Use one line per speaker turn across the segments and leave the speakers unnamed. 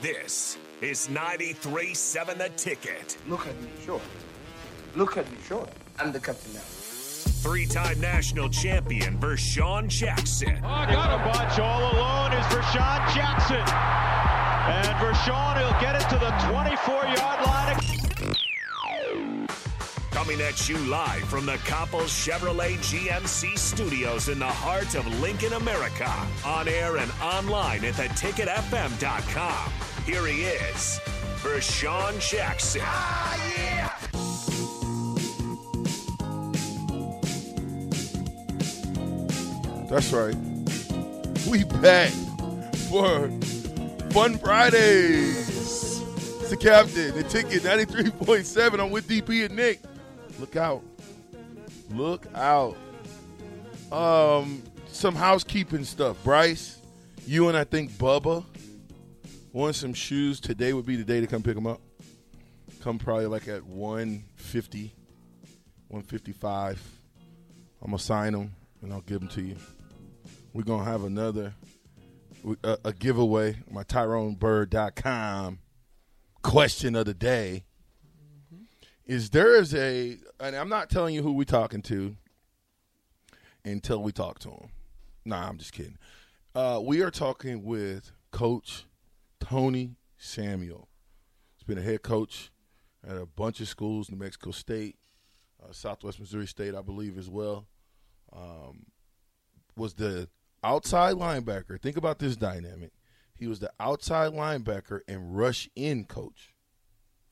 This is 93.7 The Ticket.
Look at me, sure. Look at me, sure. I'm the captain now.
Three-time national champion Vershawn Jackson.
Oh, got a bunch all alone is Rashawn Jackson. And Rashawn, he'll get it to the 24-yard line.
Coming at you live from the Coppel Chevrolet GMC studios in the heart of Lincoln, America. On air and online at theticketfm.com. Here he is, Vershawn Jackson.
That's right. We back for Fun Fridays. It's the captain, the ticket, 93.7. I'm with DP and Nick. Look out. Look out. Um, some housekeeping stuff. Bryce, you and I think Bubba want some shoes. Today would be the day to come pick them up. Come probably like at 150, 155. I'm gonna sign them and I'll give them to you. We're gonna have another a, a giveaway. My TyroneBird.com question of the day is there is a and I'm not telling you who we're talking to until we talk to him. Nah, I'm just kidding. Uh, we are talking with Coach Tony Samuel. He's been a head coach at a bunch of schools, New Mexico State, uh, Southwest Missouri State, I believe, as well was the outside linebacker. Think about this dynamic. He was the outside linebacker and rush in coach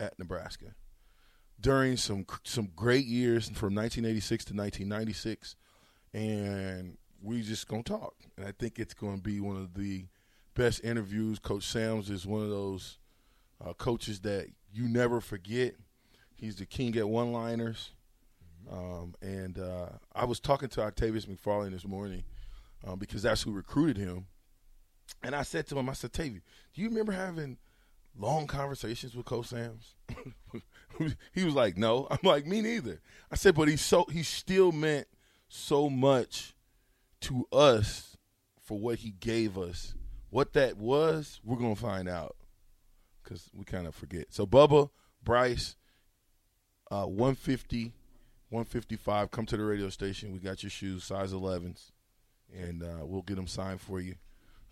at Nebraska during some some great years from 1986 to 1996, and we just gonna talk. And I think it's gonna be one of the best interviews. Coach Sam's is one of those uh, coaches that you never forget. He's the king at one liners. Um, and uh, I was talking to Octavius McFarlane this morning um, because that's who recruited him. And I said to him, I said, Tavy, do you remember having long conversations with Coach Sam's? he was like, No. I'm like, Me neither. I said, But he's so he still meant so much to us for what he gave us. What that was, we're gonna find out because we kind of forget. So Bubba, Bryce, uh, 150, 155. Come to the radio station. We got your shoes, size 11s, and uh, we'll get them signed for you.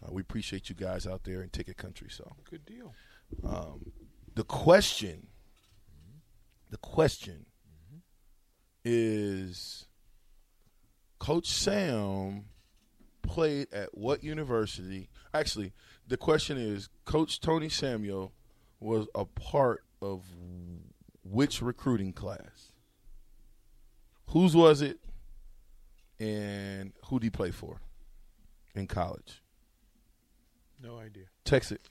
Uh, we appreciate you guys out there in Ticket Country. So good deal. Um, the question, the question is, Coach Sam played at what university? Actually, the question is, Coach Tony Samuel was a part of which recruiting class? whose was it and who did he play for in college?
No idea.
Text it.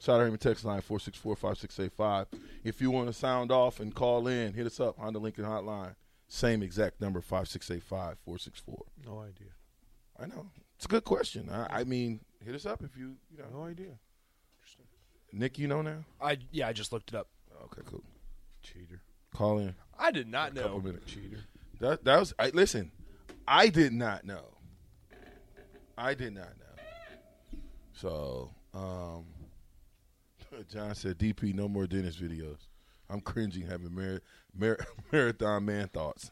Shout out Raymond text line 464-5685. If you want to sound off and call in, hit us up on the Lincoln hotline. Same exact number, 5685-464.
No idea.
I know. It's a good question. I, I mean, hit us up if you, you know.
No idea.
Nick, you know now?
I yeah, I just looked it up.
Okay, cool.
Cheater.
Call in.
I did not
Couple
know.
minutes.
Cheater.
That that was I, listen. I did not know. I did not know. So, um, John said, "DP, no more dentist videos. I'm cringing having mar- mar- marathon man thoughts."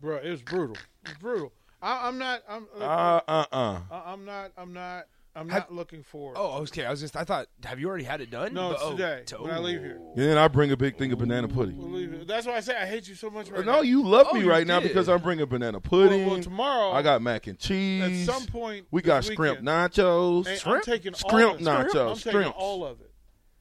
Bro, it was brutal. It was brutal. I, I'm not. I'm.
Uh, uh, uh.
I- I'm not. I'm not. I'm not looking for. it.
Oh, okay. I was just I thought have you already had it done?
no,
But-
it's
oh,
today.
to-
when I leave here.
And then I bring a big thing of banana pudding.
Believe it. That's why I say I hate you so much right now.
Uh, No, you love
Oh,
me
you
right now
did.
because I'm bringing banana pudding.
well, tomorrow-
I got mac and cheese.
At some point
we
this
got scrimp
weekend-
nachos.
Hey, I'm
Scrimp?
taking
Scrimp
all of it.
nachos.
I'm taking
Scrimps.
all of it.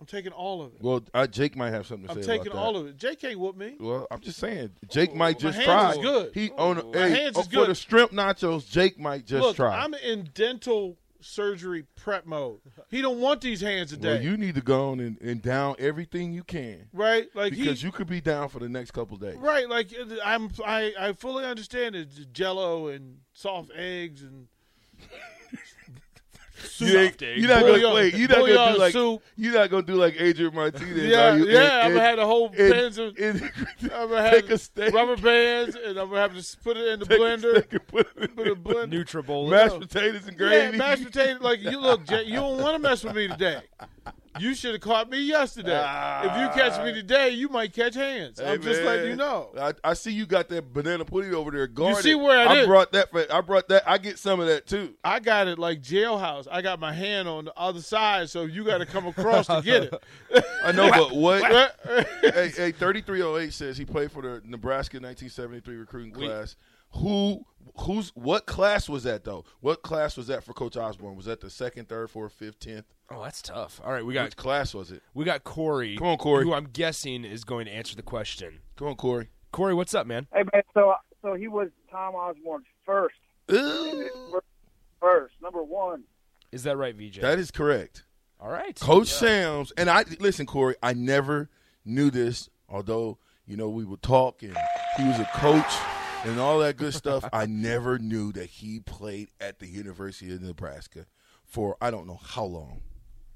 I'm taking all of it.
Well, I, Jake might have something to
I'm
say
taking
about that.
all of it. JK whooped me.
Well, I'm just saying, Jake might just
hands
try.
is good.
He on a,
My
hey, uh,
hands is
for
good.
the shrimp nachos. Jake might just
Look,
try.
I'm in dental surgery prep mode. He don't want these hands today,
Well, you need to go on and, and down everything you can
right? Like he,
because you could be down for the next couple days.
right? Like uh, I'm, I, I fully understand it's Jello and soft eggs and soup.
You ain't, you're not
Bouillon-
gonna wait. You're not gonna
bouillon
do like
soup.
you're not gonna do like Adrian Martinez.
Yeah,
are you?
yeah, I'ma have the whole pans of- I'm gonna have
take a steak,
rubber bands, and I'm gonna have to s- put it in the
take a
blender.
steak and put it in
Put it in the blender.
Nutribullet.
mashed potatoes and
Yeah,
gravy.
mashed potato. Like you look, Jay, you don't want to mess with me today. You should have caught me yesterday. if you catch
Ah.
me today, you might catch hands.
Hey,
I'm just
man,
letting you know.
I, I see you got that banana pudding over there. Guarded.
see where it
I
is.
brought that. For, I brought that. I get some of that too.
I got it like jailhouse. I got my hand on the other side, so you got to come across to get it.
I know, but what?
Right?
hey, hey, thirty-three oh eight says he played for the Nebraska nineteen seventy-three recruiting class. Who? Who's? What class was that though? What class was that for Coach Osborne? Was that the second, third, fourth, fifth, tenth?
Oh, that's tough. All right, we
Which
got
class was it?
we got Corey.
Come on, Corey.
Who I'm guessing is going to answer the question.
Come on, Corey.
Corey, what's up, man?
Hey man, so so he was Tom Osborne's first, first number one.
Is that right, VJ?
That is correct.
All right.
Coach Sam's and I listen, Corey. I never knew this, although you know we would talk and he was a coach and all that good stuff. I never knew that he played at the University of Nebraska for I don't know how long.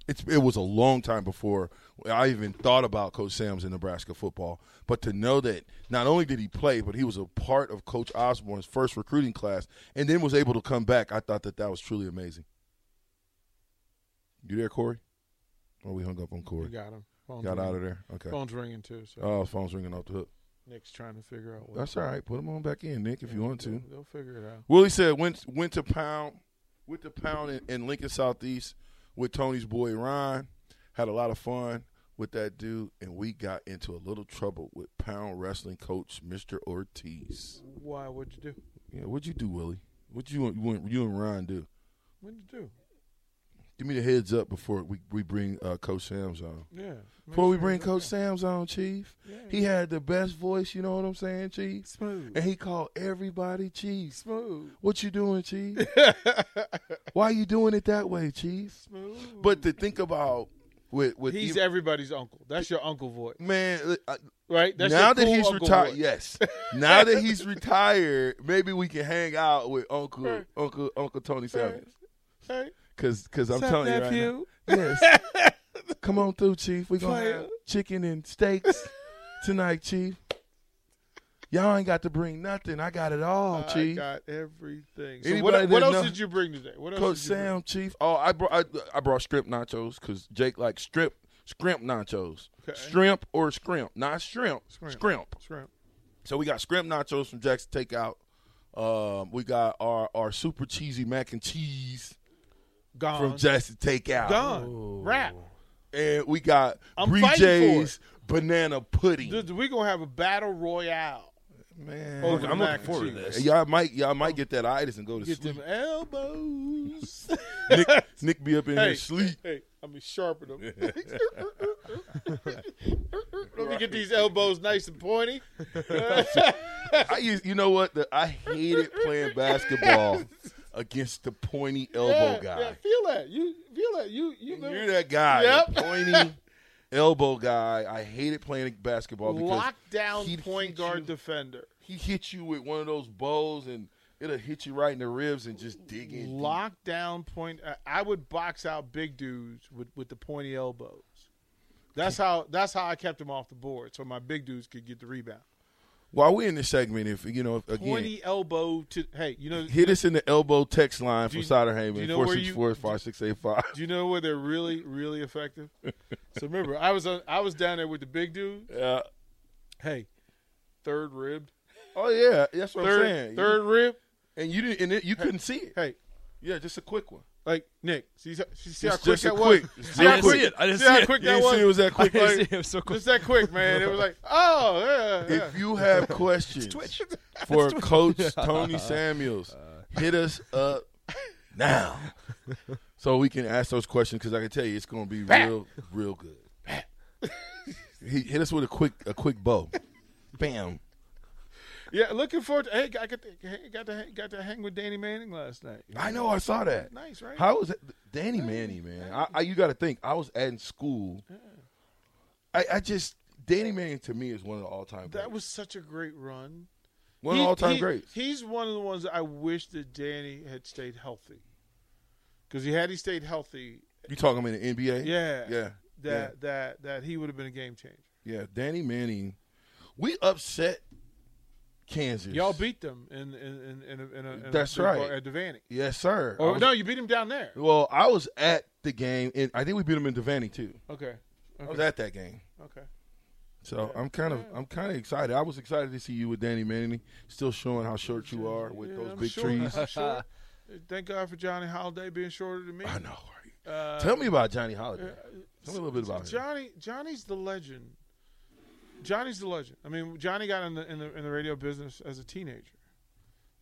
It's it was a long time before I even thought about Coach Sam's in Nebraska football. But to know that not only did he play, but he was a part of Coach Osborne's first recruiting class, and then was able to come back. I thought that that was truly amazing. You there, Corey? Or we hung up on Corey?
We got him. Phone's
Got
ringing.
out of there. Okay.
Phone's ringing too. So
Oh, phone's ringing off the hook.
Nick's trying to figure out. What
That's all right. Put them on back in, Nick, if you want to.
They'll figure it out.
Willie said went went to pound went to pound in, in Lincoln Southeast with Tony's boy Ron. Had a lot of fun with that dude, and we got into a little trouble with pound wrestling coach Mr. Ortiz.
Why? What'd you do?
Yeah, what'd you do, Willie? What you and- you and Ron do?
What'd you do?
Give me the heads up before we, we bring uh, Coach Sam's on.
Yeah. make
Before we
sure
bring
that-
Coach Sam's on, Chief, he had the best voice. You know what I'm saying, Chief?
Smooth.
And he called everybody Chief.
Smooth.
What you doing, Chief? Why you doing it that way, Chief?
Smooth.
But to think about with with
He's
ev-
everybody's uncle. That's your uncle voice,
man. I-
right? That's
now
your
that
cool
he's
uncle
retired,
voice.
yes. Now that he's retired, maybe we can hang out with Uncle Uncle Uncle Tony Savage.
Right.
Cause, cause I'm
Sup,
telling
nephew?
you right now. Yes. Come on through, Chief. We gonna
Player.
have chicken and steaks tonight, Chief. Y'all ain't got to bring nothing. I got it all,
I
Chief.
got everything. So
Anybody
what,
that
what else
know-
did you bring today? What else
Coach
did you bring?
Sam, Chief. Oh, I brought I, I brought shrimp nachos because Jake likes shrimp shrimp nachos.
Okay.
Shrimp or scrimp, not shrimp. Scrimp.
Shrimp.
So we got scrimp nachos from Jack's Takeout. Um, we got our our super cheesy mac and cheese
Gone.
from Jackson Takeout.
Gone. Wrap.
And we got
I'm
Bree
fighting for
J's banana pudding.
Dude, We're going to have a battle royale.
Man,
over
I'm
mac
looking forward
and
to
cheese.
this.
y'all might y'all might get that itis and go to
Get
sleep.
them elbows.
Nick, Nick be up in here sleep.
Hey, I mean sharpen them. Let me get these elbows nice and pointy.
I used, you know what? The, I hated playing basketball against the pointy elbow
yeah, yeah,
guy.
feel that. You feel that. You you remember-
You're that guy,
Yep.
the pointy elbow guy. I hated playing basketball because
lockdown
he'd
point
hit
guard
You,
defender.
he hit you with one of those bows, and it'll hit you right in the ribs and just dig in. deep.
Lockdown point. I- I would box out big dudes with, with the pointy elbows. That's how that's how I kept them off the board, so my big dudes could get the rebound.
While we're in this segment, if you know, if, again,
Pointy elbow to hey, you know,
hit us in the elbow text line
you-
from Sider
do you
Heyman
know
four
where
six
you-
four five six eight five.
Do you know where they're really, really effective? so remember, I was on, I was down there with the big dude.
Yeah.
Hey, third ribbed,
Oh yeah, that's what
third,
I'm saying.
third rib.
and you didn't, and it, you couldn't see it.
Hey,
Yeah, just a quick one.
like Nick, see, see, see how
Just-
quick
just a
that
quick.
was.
Just
See
real
how
quick.
quick,
I didn't
see
see
how
it.
quick
You
that
didn't see it was
was.
that quick.
I
Like,
see him so close.
Just that quick, man. It was like, oh yeah, yeah.
if you have questions for Coach Tony Samuels, hit us up now so we can ask those questions because I can tell you it's going to be real, real good. he, hit us with a quick, a quick bow. Bam.
Yeah, looking forward. To, hey, I got to, hey, got to got to hang with Danny Manning last night.
I know. I saw that.
Nice, right?
How was it? Danny Manny, man. I, I, you got to think. I was at in school. I, I just Danny Manning to me is one of the all time.
That was such a great run.
one of
He-
the all time
he-
greats.
He's one of the ones I wish that Danny had stayed healthy. Because he had he stayed healthy,
you talking him in the NBA?
yeah,
yeah,
that that that he would have been a game changer.
yeah. Danny Manning. We upset Kansas.
Y'all beat them in in in, in a, in a, in a
That's
big bar
right.
at Devaney.
Yes, sir. I
Or
was-
Oh, no, you beat him down there.
Well, I was at the game, and I think we beat him in Devaney too.
Okay,
I was at that game,
okay.
so I'm kind of I'm kind of excited. I was excited to see you with Danny Manning, still showing how short you are with
Yeah,
those
I'm
big
sure-
trees.
I'm sure. Thank God for Johnny Holiday being shorter than me.
I know. right?
Uh,
Tell me about Johnny Holiday. Tell me a little bit about him.
Johnny Johnny's the legend. Johnny's the legend. I mean, Johnny got in the in the, in the radio business as a teenager.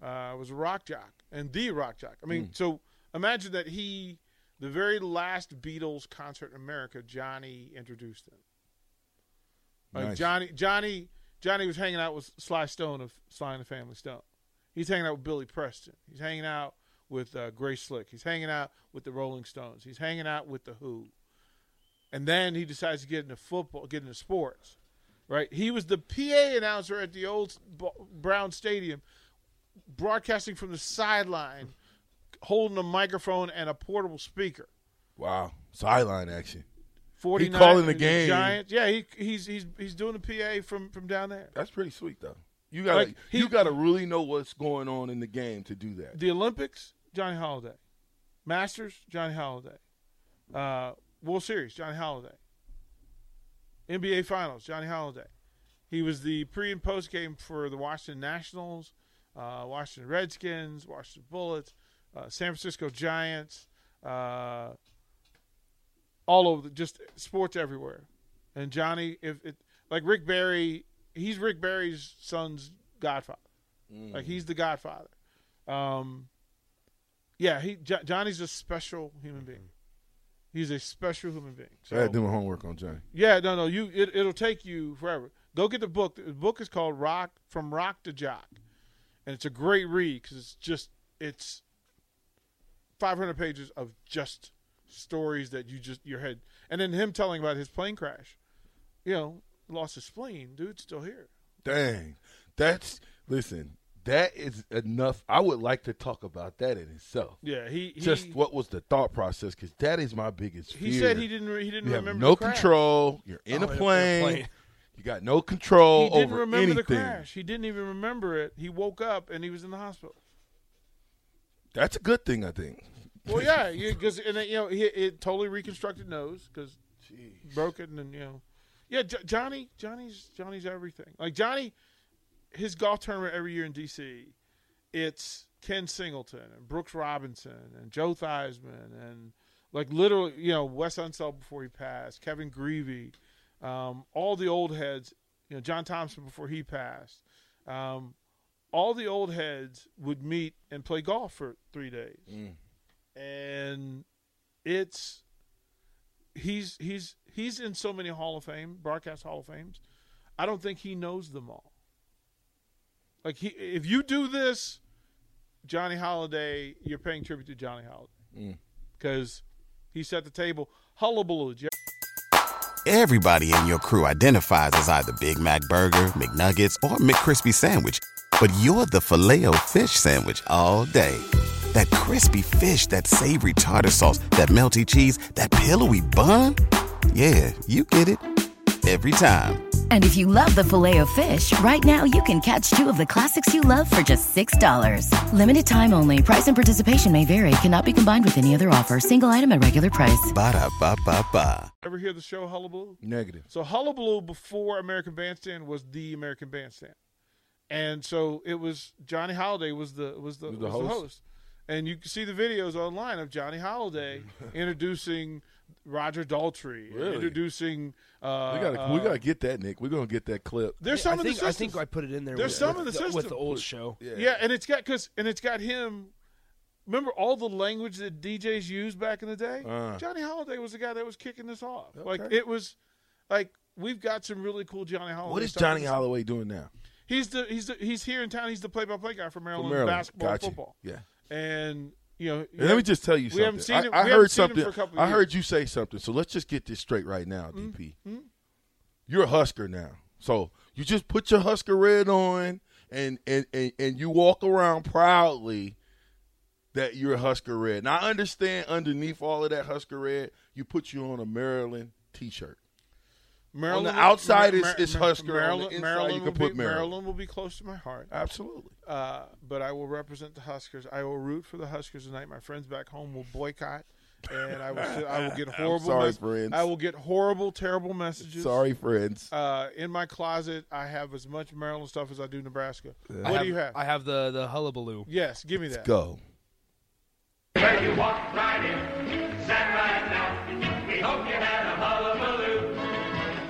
Uh, was a rock jock and the rock jock. I
Hmm.
mean, so imagine that he, the very last Beatles concert in America, Johnny introduced him. Like
Nice.
Johnny Johnny Johnny was hanging out with Sly Stone of Sly and the Family Stone. He's hanging out with Billy Preston. He's hanging out with uh, Grace Slick. He's hanging out with the Rolling Stones. He's hanging out with the Who and then he decides to get into football, get into sports, right? He was the PA announcer at the old B- Brown Stadium, broadcasting from the sideline, holding a microphone and a portable speaker.
Wow, sideline action.
49
calling the game.
Giants. Yeah, he, he's he's he's doing the PA from from down there.
That's pretty sweet though. You gotta
Like, he-
you gotta really know what's going on in the game to do that.
The Olympics, Johnny Holiday, Masters, Johnny Holiday, uh, World Series, Johnny Holiday, NBA Finals, Johnny Holiday. He was the pre and post game for the Washington Nationals, uh, Washington Redskins, Washington Bullets, uh, San Francisco Giants, uh, all over, the, just sports everywhere. And Johnny, if it like Rick Barry, he's Rick Barry's son's godfather. Like he's the godfather. Um, yeah, he jo- Johnny's a special human being. He's a special human being.
I had
So,
to do my homework on Johnny.
yeah, no, no, you it, it'll take you forever. Go get the book. The book is called Rock from Rock to Jock, and it's a great read because it's just it's 500 pages of just stories that you just your head, and then him telling about his plane crash. You know, lost his spleen. Dude's still here.
Dang, that's listen. That is enough. I would like to talk about that in itself.
Yeah, he, he
Just what was the thought process? Because that is my biggest fear.
he said he didn't re- he didn't
You have
remember
no
the crash. Oh,
control. You're in a plane.
plane.
You got no control
He didn't
over
remember
anything.
the crash. He didn't even remember it. He woke up and he was in the hospital.
That's a good thing, I think.
Well, yeah, because and then, you know he it totally reconstructed nose because broken and you know, yeah, Jo- Johnny, Johnny's Johnny's everything. Like Johnny, his golf tournament every year in D.C. It's Ken Singleton and Brooks Robinson and Joe Theismann and like literally you know Wes Unseld before he passed, Kevin Greavy, um, all the old heads, you know John Thompson before he passed. Um, all the old heads would meet and play golf for three days and it's he's he's he's in so many Hall of Fame broadcast Hall of Fames. I don't think he knows them all. Like he, if you do this, Johnny Holiday, you're paying tribute to Johnny Holiday because he set the table. Hullabaloo, Jer-
Everybody in your crew identifies as either Big Mac Burger, McNuggets, or McCrispy Sandwich. But you're the filet fish Sandwich all day. That crispy fish, that savory tartar sauce, that melty cheese, that pillowy bun. Yeah, you get it. Every time.
And if you love the filet of fish, right now you can catch two of the classics you love for just $6. Limited time only. Price and participation may vary. Cannot be combined with any other offer. Single item at regular price.
Ba-da-ba-ba-ba.
ever hear the show Hullabaloo?
Negative.
So Hullabaloo before American Bandstand was the American Bandstand, and so it was Johnny Holiday was the was the,
Was
was
the
the,
host?
host. and you can see the videos online of Johnny Holiday introducing Roger Daltrey, and
Really?
introducing. Uh,
We gotta we gotta get that, Nick. We're gonna get that clip.
There's some
I
of
think,
the
I
systems.
think I put it in there.
There's
with,
some
with
of the
the, with
system.
the old show.
yeah, and it's got cause and it's got him. Remember all the language that DJs used back in the day.
Uh.
Johnny Holiday was the guy that was kicking this off. Like
Okay.
it was, like we've got some really cool Johnny Holiday.
What is
stuff.
Johnny Holloway doing now?
He's the he's the, he's here in town. He's the play-by-play guy for Maryland,
Maryland.
basketball,
Gotcha.
football.
Yeah.
and you know.
And let me just tell you
We
something.
haven't seen
I,
him.
I
we haven't
heard
seen him
something.
for a couple of
I
years.
heard you say something. So let's just get this straight right now, DP.
Mhm.
You're a Husker now. So you just put your Husker red on and and and, and you walk around proudly that you're a Husker red. Now I understand underneath all of that Husker red, you put you on a Maryland t-shirt.
Maryland
on the
will-
outside
Mar-
is, is
Mar-
Husker.
Maryland,
on the inside,
Maryland
you
will
can put
be,
Maryland.
will be close to my heart.
Absolutely.
Uh, but I will represent the Huskers. I will root for the Huskers tonight. My friends back home will boycott, and I will. I will get
I'm
horrible.
sorry,
mess-
friends.
I will get horrible, terrible messages.
Sorry, friends.
Uh, in my closet, I have as much Maryland stuff as I do Nebraska.
I
What do you have?
I have the the hullabaloo.
Yes, give me that.
Go.
Well, you walked right in, sat right down. We hope you had a hullabaloo.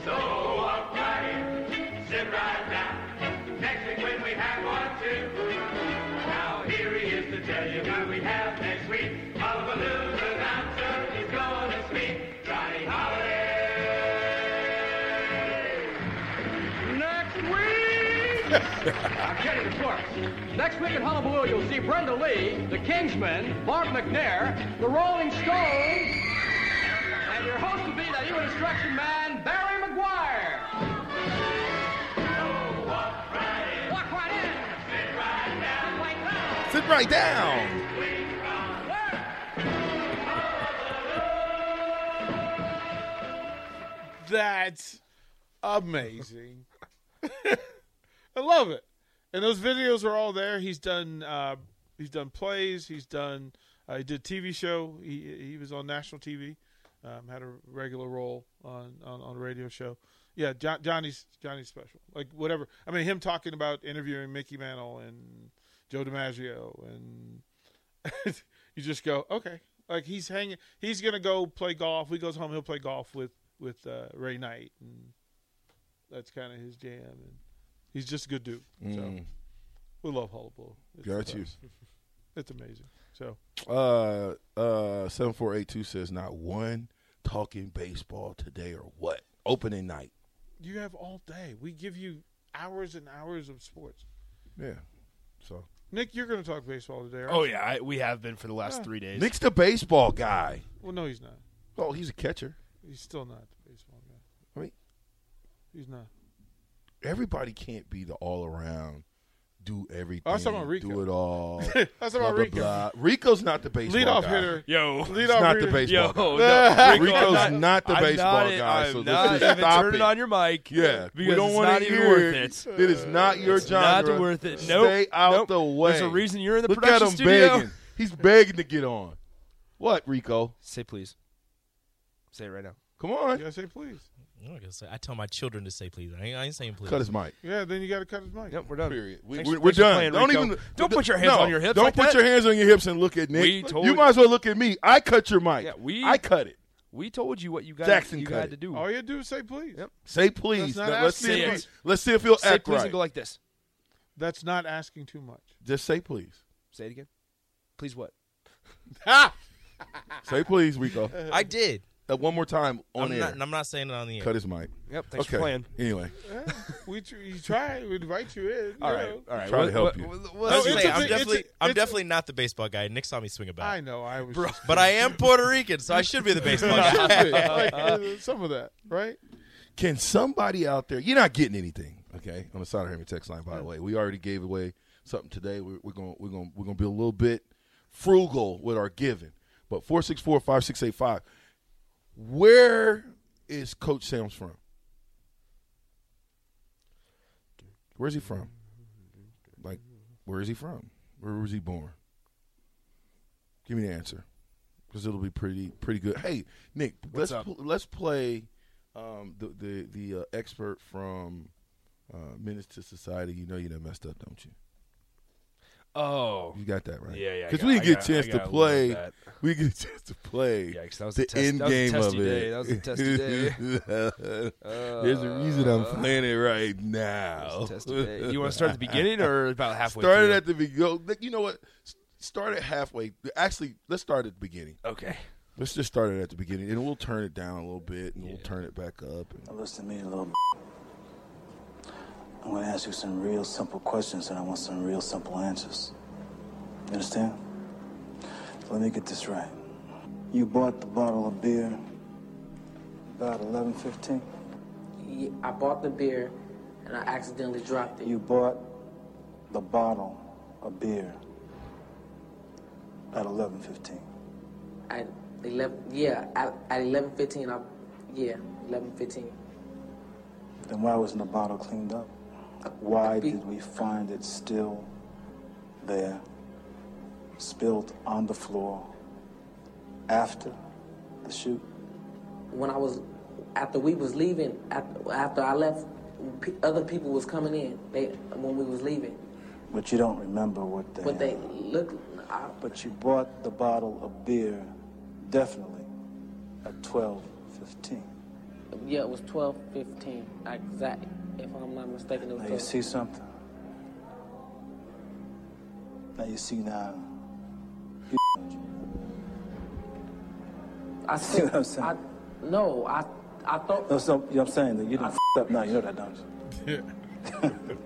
So walk right in, sit right down. Next week when we have one too. Now here he is to tell you who we have next week. Hullabaloo's announcer is going to speak. Johnny Holiday. Next week.
I'm kidding, of course. Next week at Hullabaloo, you'll see Brenda Lee, the Kingsmen, Mark McNair, the Rolling Stones, and your host will be the human instruction man, Barry McGuire. Walk right in.
Sit right down.
That's amazing. I love it. And those videos are all there. He's done. Uh, he's done plays. He's done. Uh, he did TV show. He he was on national TV. Um, had a regular role on on, on a radio show. Yeah, John, Johnny's Johnny's special. Like whatever. I mean, him talking about interviewing Mickey Mantle and Joe DiMaggio, and you just go, okay. Like he's hanging. He's gonna go play golf. He goes home. He'll play golf with with uh, Ray Knight, and that's kind of his jam. And he's just a good dude. So
Mm.
we love Hullabaloo. It's the
Got you.
best. It's amazing. So
Uh, uh, seven four eight two says not one talking baseball today or what opening night.
you have all day. We give you hours and hours of sports.
Yeah. So
Nick, you're going to talk baseball today. Aren't
Oh
you?
yeah, I, we have been for the last
Yeah.
three days.
Nick's the baseball guy.
Well, no, he's not.
Oh, he's a catcher.
He's still not the baseball guy.
I mean-
he's not.
Everybody can't be the all around, do everything,
Oh, I was talking about Rico.
do it all.
I was talking about Rico.
Rico's not the baseball
Leadoff
guy.
hitter. Yo.
He's
Leadoff
not
hitter.
the baseball
Yo,
guy.
no, Rico,
Rico's
I'm
not
not-
the
I'm
baseball
not-
guy.
I'm
so
not
let's just
even
stop
turning
it.
on your mic,
Yeah,
because
we don't
it's
wanna
not even
hear
worth
it. It is not your
It's not
genre.
worth it. Nope.
Stay out
Nope.
the way.
There's a reason you're in the
Look
production
at him
studio.
begging. He's begging to get on. What, Rico?
Say please. Say it right now.
Come on.
You gotta say please.
I'm not gonna say- I tell my children to say please. I ain't, I ain't saying please.
Cut his mic.
Yeah, then you got to cut his mic.
Yep, we're done.
Period. We,
Thanks
we're
for-
we're
thanks for
done.
playing,
don't
Rico.
even
Don't put your hands
no,
on your hips
Don't
like
put
that.
your hands on your hips and look at Nick.
We told-
you might as well look at me. I cut your mic.
Yeah, we.
I cut it.
We told you what you guys
Jackson
you
cut
had
it.
to do.
All you do is say please.
Yep.
Say please.
That's not
Now, let's
asking
see. If
much.
he, let's see if he'll
Say
act
please
right.
and go like this.
That's not asking too much.
Just say please.
Say it again. Please what?
Say please, Rico.
I did.
Uh, one more time on
I'm
air.
not- I'm not saying it on the air.
Cut his mic.
Yep, thanks for
Okay.
playing.
Anyway,
Yeah, we tr- you try. We invite you in.
All
you
right,
know.
all right.
try
What-
to help
what-
you.
Well, I was
what-
No,
gonna
Oh, it's
say,
a
I'm
bit- it's
definitely,
a-
I'm
it's a-
definitely not the baseball guy. Nick saw me swing about.
I know. I was. just-
But I am Puerto Rican, so I should be the baseball guy.
like, uh, some of that, right?
Can somebody out there? You're not getting anything, okay? On the side of Herman text line, by the way, we already gave away something today. We're, we're going, we're going, we're going to be a little bit frugal with our giving. But four six four five six eight five. Where is Coach Sam's from? Where's he from? Like, where is he from? Where was he born? Give me the answer, because it'll be pretty pretty good. Hey, Nick, let's
What's up?
pl- let's play um, the the the uh, expert from uh, Menace to Society. You know you done messed up, don't you?
Oh,
You got that right.
Yeah, yeah, I
Because
got-
we didn't
I
get
got-
a chance
I
to
got a little
play.
of that.
We didn't get a chance to play.
Yeah, 'cause that was a
the
test-
end
that was a
game of
testy
it.
day. That was a testy day. Uh,
There's a reason I'm playing it right now.
testy day. You wanna start at the beginning or about halfway
Started
through?
at the beginning. You know what? S- Start at halfway. Actually, let's start at the beginning.
Okay.
Let's just start it at the beginning, and we'll turn it down a little bit, and we'll turn it back up.
Listen to me, little. I'm going to ask you some real simple questions and I want some real simple answers. You understand? Let me get this right. You bought the bottle of beer about 11:15.
Yeah, I bought the beer and I accidentally dropped it.
You bought the bottle of beer at 11:15.
At eleven, yeah, at, at eleven fifteen, I, yeah, eleven fifteen.
Then why wasn't the bottle cleaned up? Why did we find it still there, spilled on the floor after the shoot?
When I was, after we was leaving, after, after I left, pe- other people was coming in. They when we was leaving,
But you don't remember what they.
but they looked. I,
But you bought the bottle of beer definitely at 12:15.
yeah, it was twelve fifteen. Exact. If I'm not mistaken, it was.
Now you
12.
see something. Now you see now. You
I
see what I'm saying?
I, no, I I thought.
No, so, you know what I'm saying? That you done f***ed up now. You know that, don't you?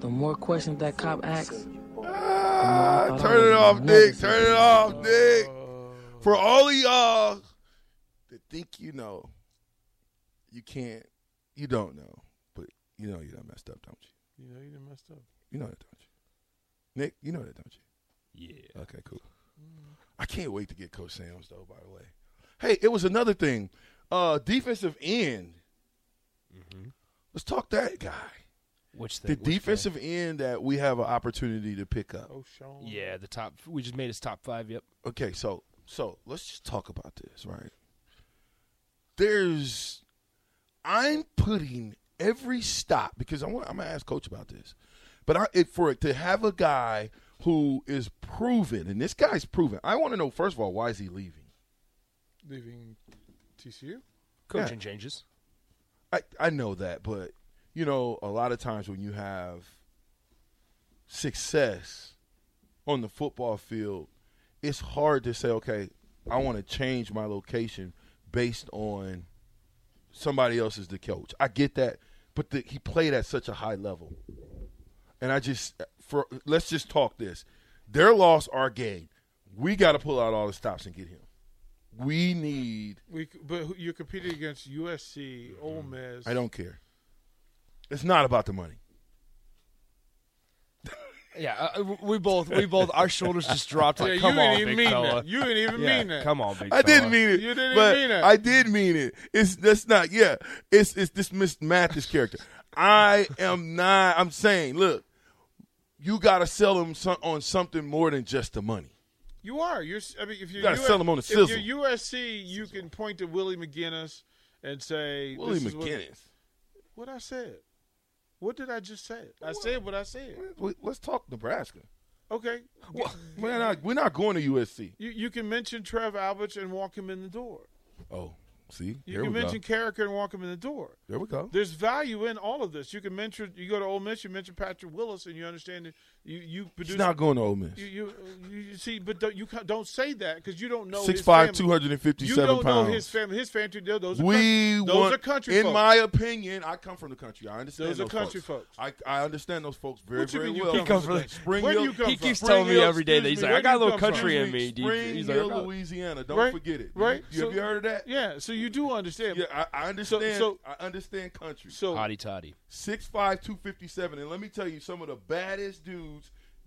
The more questions that cop asks,
Ah, turn it off, Nick. Turn it off, Nick.
Oh.
For all of y'all that think you know, you can't, you don't know, but you know you done messed up, don't you?
You know you done messed up.
You know that, don't you? Nick, you know that, don't you? Yeah. Okay, cool.
Mm.
I can't wait to get Coach Sam's though. By the way, hey, it was another thing. Uh, defensive end.
Mm-hmm.
Let's talk that guy.
Which thing?
The
Which guy?
defensive end that we have an opportunity to pick up.
Oh, Sean.
Yeah, the top. We just made his top five. Yep.
Okay, so so let's just talk about this, right? There's I'm putting every stop because I want I'm gonna ask coach about this. But I it, for it to have a guy who is proven, and this guy's proven. I want to know first of all, why is he leaving?
Leaving TCU.
Coaching changes.
I, I know that, but you know, a lot of times when you have success on the football field, it's hard to say, okay, I want to change my location based on somebody else is the coach. I get that, but the, he played at such a high level, and I just for let's just talk this. Their loss, our gain. We got to pull out all the stops and get him. We need.
We, c- but who- you're competing against USC, Ole Miss.
I don't care. It's not about the money.
Yeah, uh, we both we both our shoulders just dropped. Like,
Yeah,
come
you
on,
didn't even
big
mean
fella.
that. You didn't even
Yeah,
mean that.
Come on, big.
I didn't
fella.
mean it.
You didn't
but
mean it.
I did mean it. It's that's not. Yeah, it's it's this Miss Mathis character. I am not. I'm saying, look, you got to sell them some, on something more than just the money.
You are. You're. s- I mean, if you're
gotta
US
sell 'em on the
if
sizzle.
you're USC, you can point to Willie McGinnis and say
Willie
this is what-
McGinnis.
What, I said. What did I just say? I said what I said.
We- Let's talk Nebraska.
Okay.
We're not. We're not going to USC.
You you can mention Trev Alberts and walk him in the door.
Oh, see,
You
there
can
we go.
mention Carricker and walk him in the door.
There we go.
There's value in all of this. You can mention you go to Ole Miss, you mention Patrick Willis, and you understand that you you produce.
not going to Ole Miss.
You you, you, you see, but don't, you ca- don't say that because you don't know his
6'5",
family.
257
You don't know
pounds.
his family. His family. Those are
we
coun- those
want,
are country.
In
folk.
my opinion, I come from the country. I understand
Those are country
folks. I, I understand those folks very
What you
very
mean you
well.
come He come from the from- country?
Spring
Where do
Hill-
you come He from? keeps telling me
Spring Hill,
every day that
excuse
he's like,
me,
I got
where
a
do you
little
come
country
from?
in me, dude.
Spring
He's like,
Hill,
I got-
Louisiana. Don't
Right?
forget it. You-
Right?
You, have
So-
you heard of that?
Yeah. So you do understand.
Yeah, I, I understand.
so-
I understand country.
So
Hotty toddy.
Six five two fifty seven, and let me tell you, some of the baddest dudes.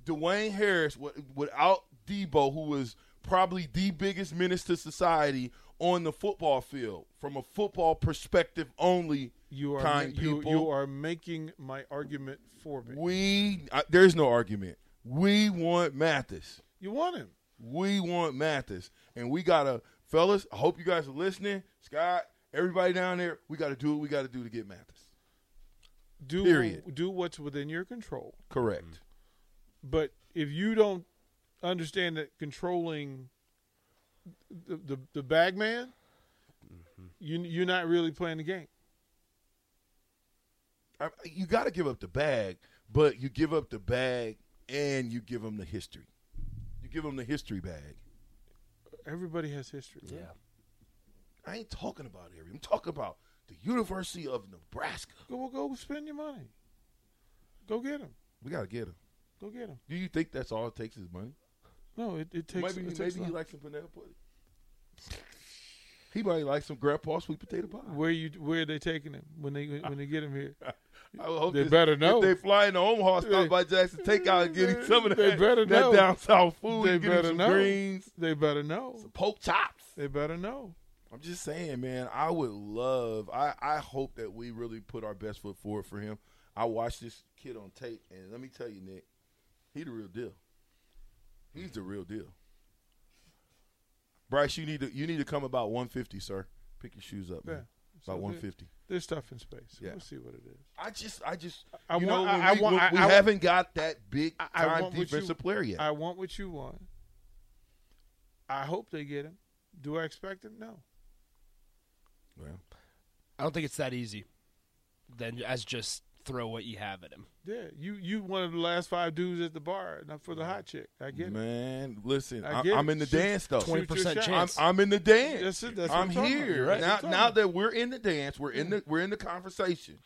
Dwayne Harris, wi- without Debo, who was probably the biggest menace to society on the football field from a football perspective only.
You are
kind
you,
people.
you are making my argument for me.
We I, there's no argument. We want Mathis.
You want him.
We want Mathis, and we gotta, fellas. I hope you guys are listening. Scott, everybody down there, we gotta do what we gotta do to get Mathis.
Do
Period.
do what's within your control.
Correct.
Mm-hmm. But if you don't understand that controlling the the, the bag man,
Mm-hmm.
you you're not really playing the game.
I, you got to give up the bag, but you give up the bag and you give them the history. You give them the history bag.
Everybody has history. Yeah.
I ain't talking about every. I'm talking about the University of Nebraska.
Go go spend your money. Go get him.
We gotta get him.
Go get him.
Do you think that's all it takes is money?
No, it, it takes.
maybe
it
maybe
takes
he
a-
likes some banana pudding. He might like some grandpa sweet potato pie.
Where you where are they taking him when they when they get him here?
I would hope
they
this-
better
if
know.
they fly into Omaha, stop by Jackson Takeout and get him some of
They
that-
better
that
know.
down south food.
They
Get him
better
some
know.
greens.
They better know.
Some poke chops.
They better know.
I'm just saying, man. I would love. I I hope that we really put our best foot forward for him. I watched this kid on tape, and let me tell you, Nick, he the real deal. He's the real deal. Bryce, you need to you need to come about 150, sir. Pick your shoes up, man.
So
about
there-
150.
There's stuff in space.
Yeah.
We'll see what it is.
I just, I just,
I
you
want.
know, when
I, I
we-
want.
we-
I,
we
I,
haven't got that big
I- I
time
want what you-
defensive player yet.
I want what you want. I hope they get him. Do I expect him? No.
Well,
I don't think it's that easy. Then as just throw what you have at him.
Yeah, you you one of the last five dudes at the bar, not for the hot chick. I get it.
Man, listen,
I
I
get
am
it.
in the
Shoot-
dance though.
shoot your 20% shot.
I'm,
chance.
I'm in the dance.
That's it, that's what
I'm
I'm talking
here
about. That's what I'm
now.
talking
Now that we're in the dance, we're in the we're in the conversation.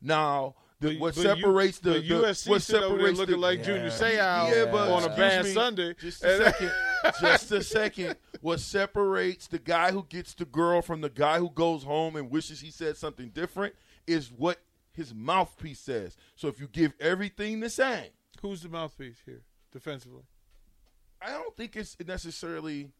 Now, the, what
but you-
separates the,
but
the
USC
what
sit over there
separates
looking
the-
like Junior Seau on a
excuse
bad
me,
Sunday.
Just a
And-
second. just a second. What separates the guy who gets the girl from the guy who goes home and wishes he said something different is what his mouthpiece says. So if you give everything the same,
Who's the mouthpiece here defensively?
I don't think it's necessarily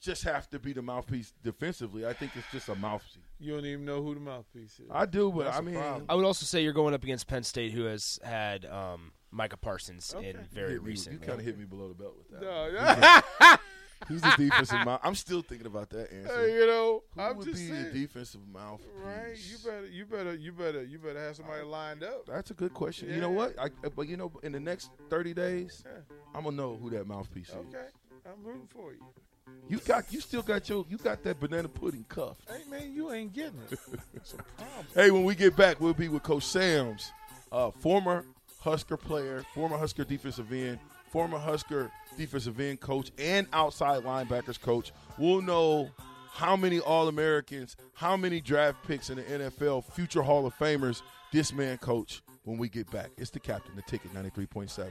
just have to be the mouthpiece defensively. I think it's just a mouthpiece.
You don't even know who the mouthpiece is.
I do, but
That's
I
a
mean-
problem.
I would also say you're going up against Penn State, who has had um, Micah Parsons in very
You hit me-
recently.
You kind of hit me below the belt with that.
No,
one. Who's the defensive mouth? I'm still thinking about that answer.
Hey, you know,
who
I'm
would
just
be the
saying.
defensive mouthpiece?
right? You better, you better, you better, you better have somebody lined up.
That's a good question. You know what? I, but you know, in the next 30 days, I'm gonna know who that mouthpiece is.
Okay, I'm rooting for you.
You got, you still got your, you got that banana pudding cuff.
Hey man, you ain't getting it. It's a problem.
Hey, when we get back, we'll be with Coach Sam's, uh, former Husker player, former Husker defensive end, former Husker defensive end coach, and outside linebackers coach. We'll know how many All Americans, how many draft picks in the NFL, future Hall of Famers this man coach when we get back. It's the captain, the ticket, 93.7.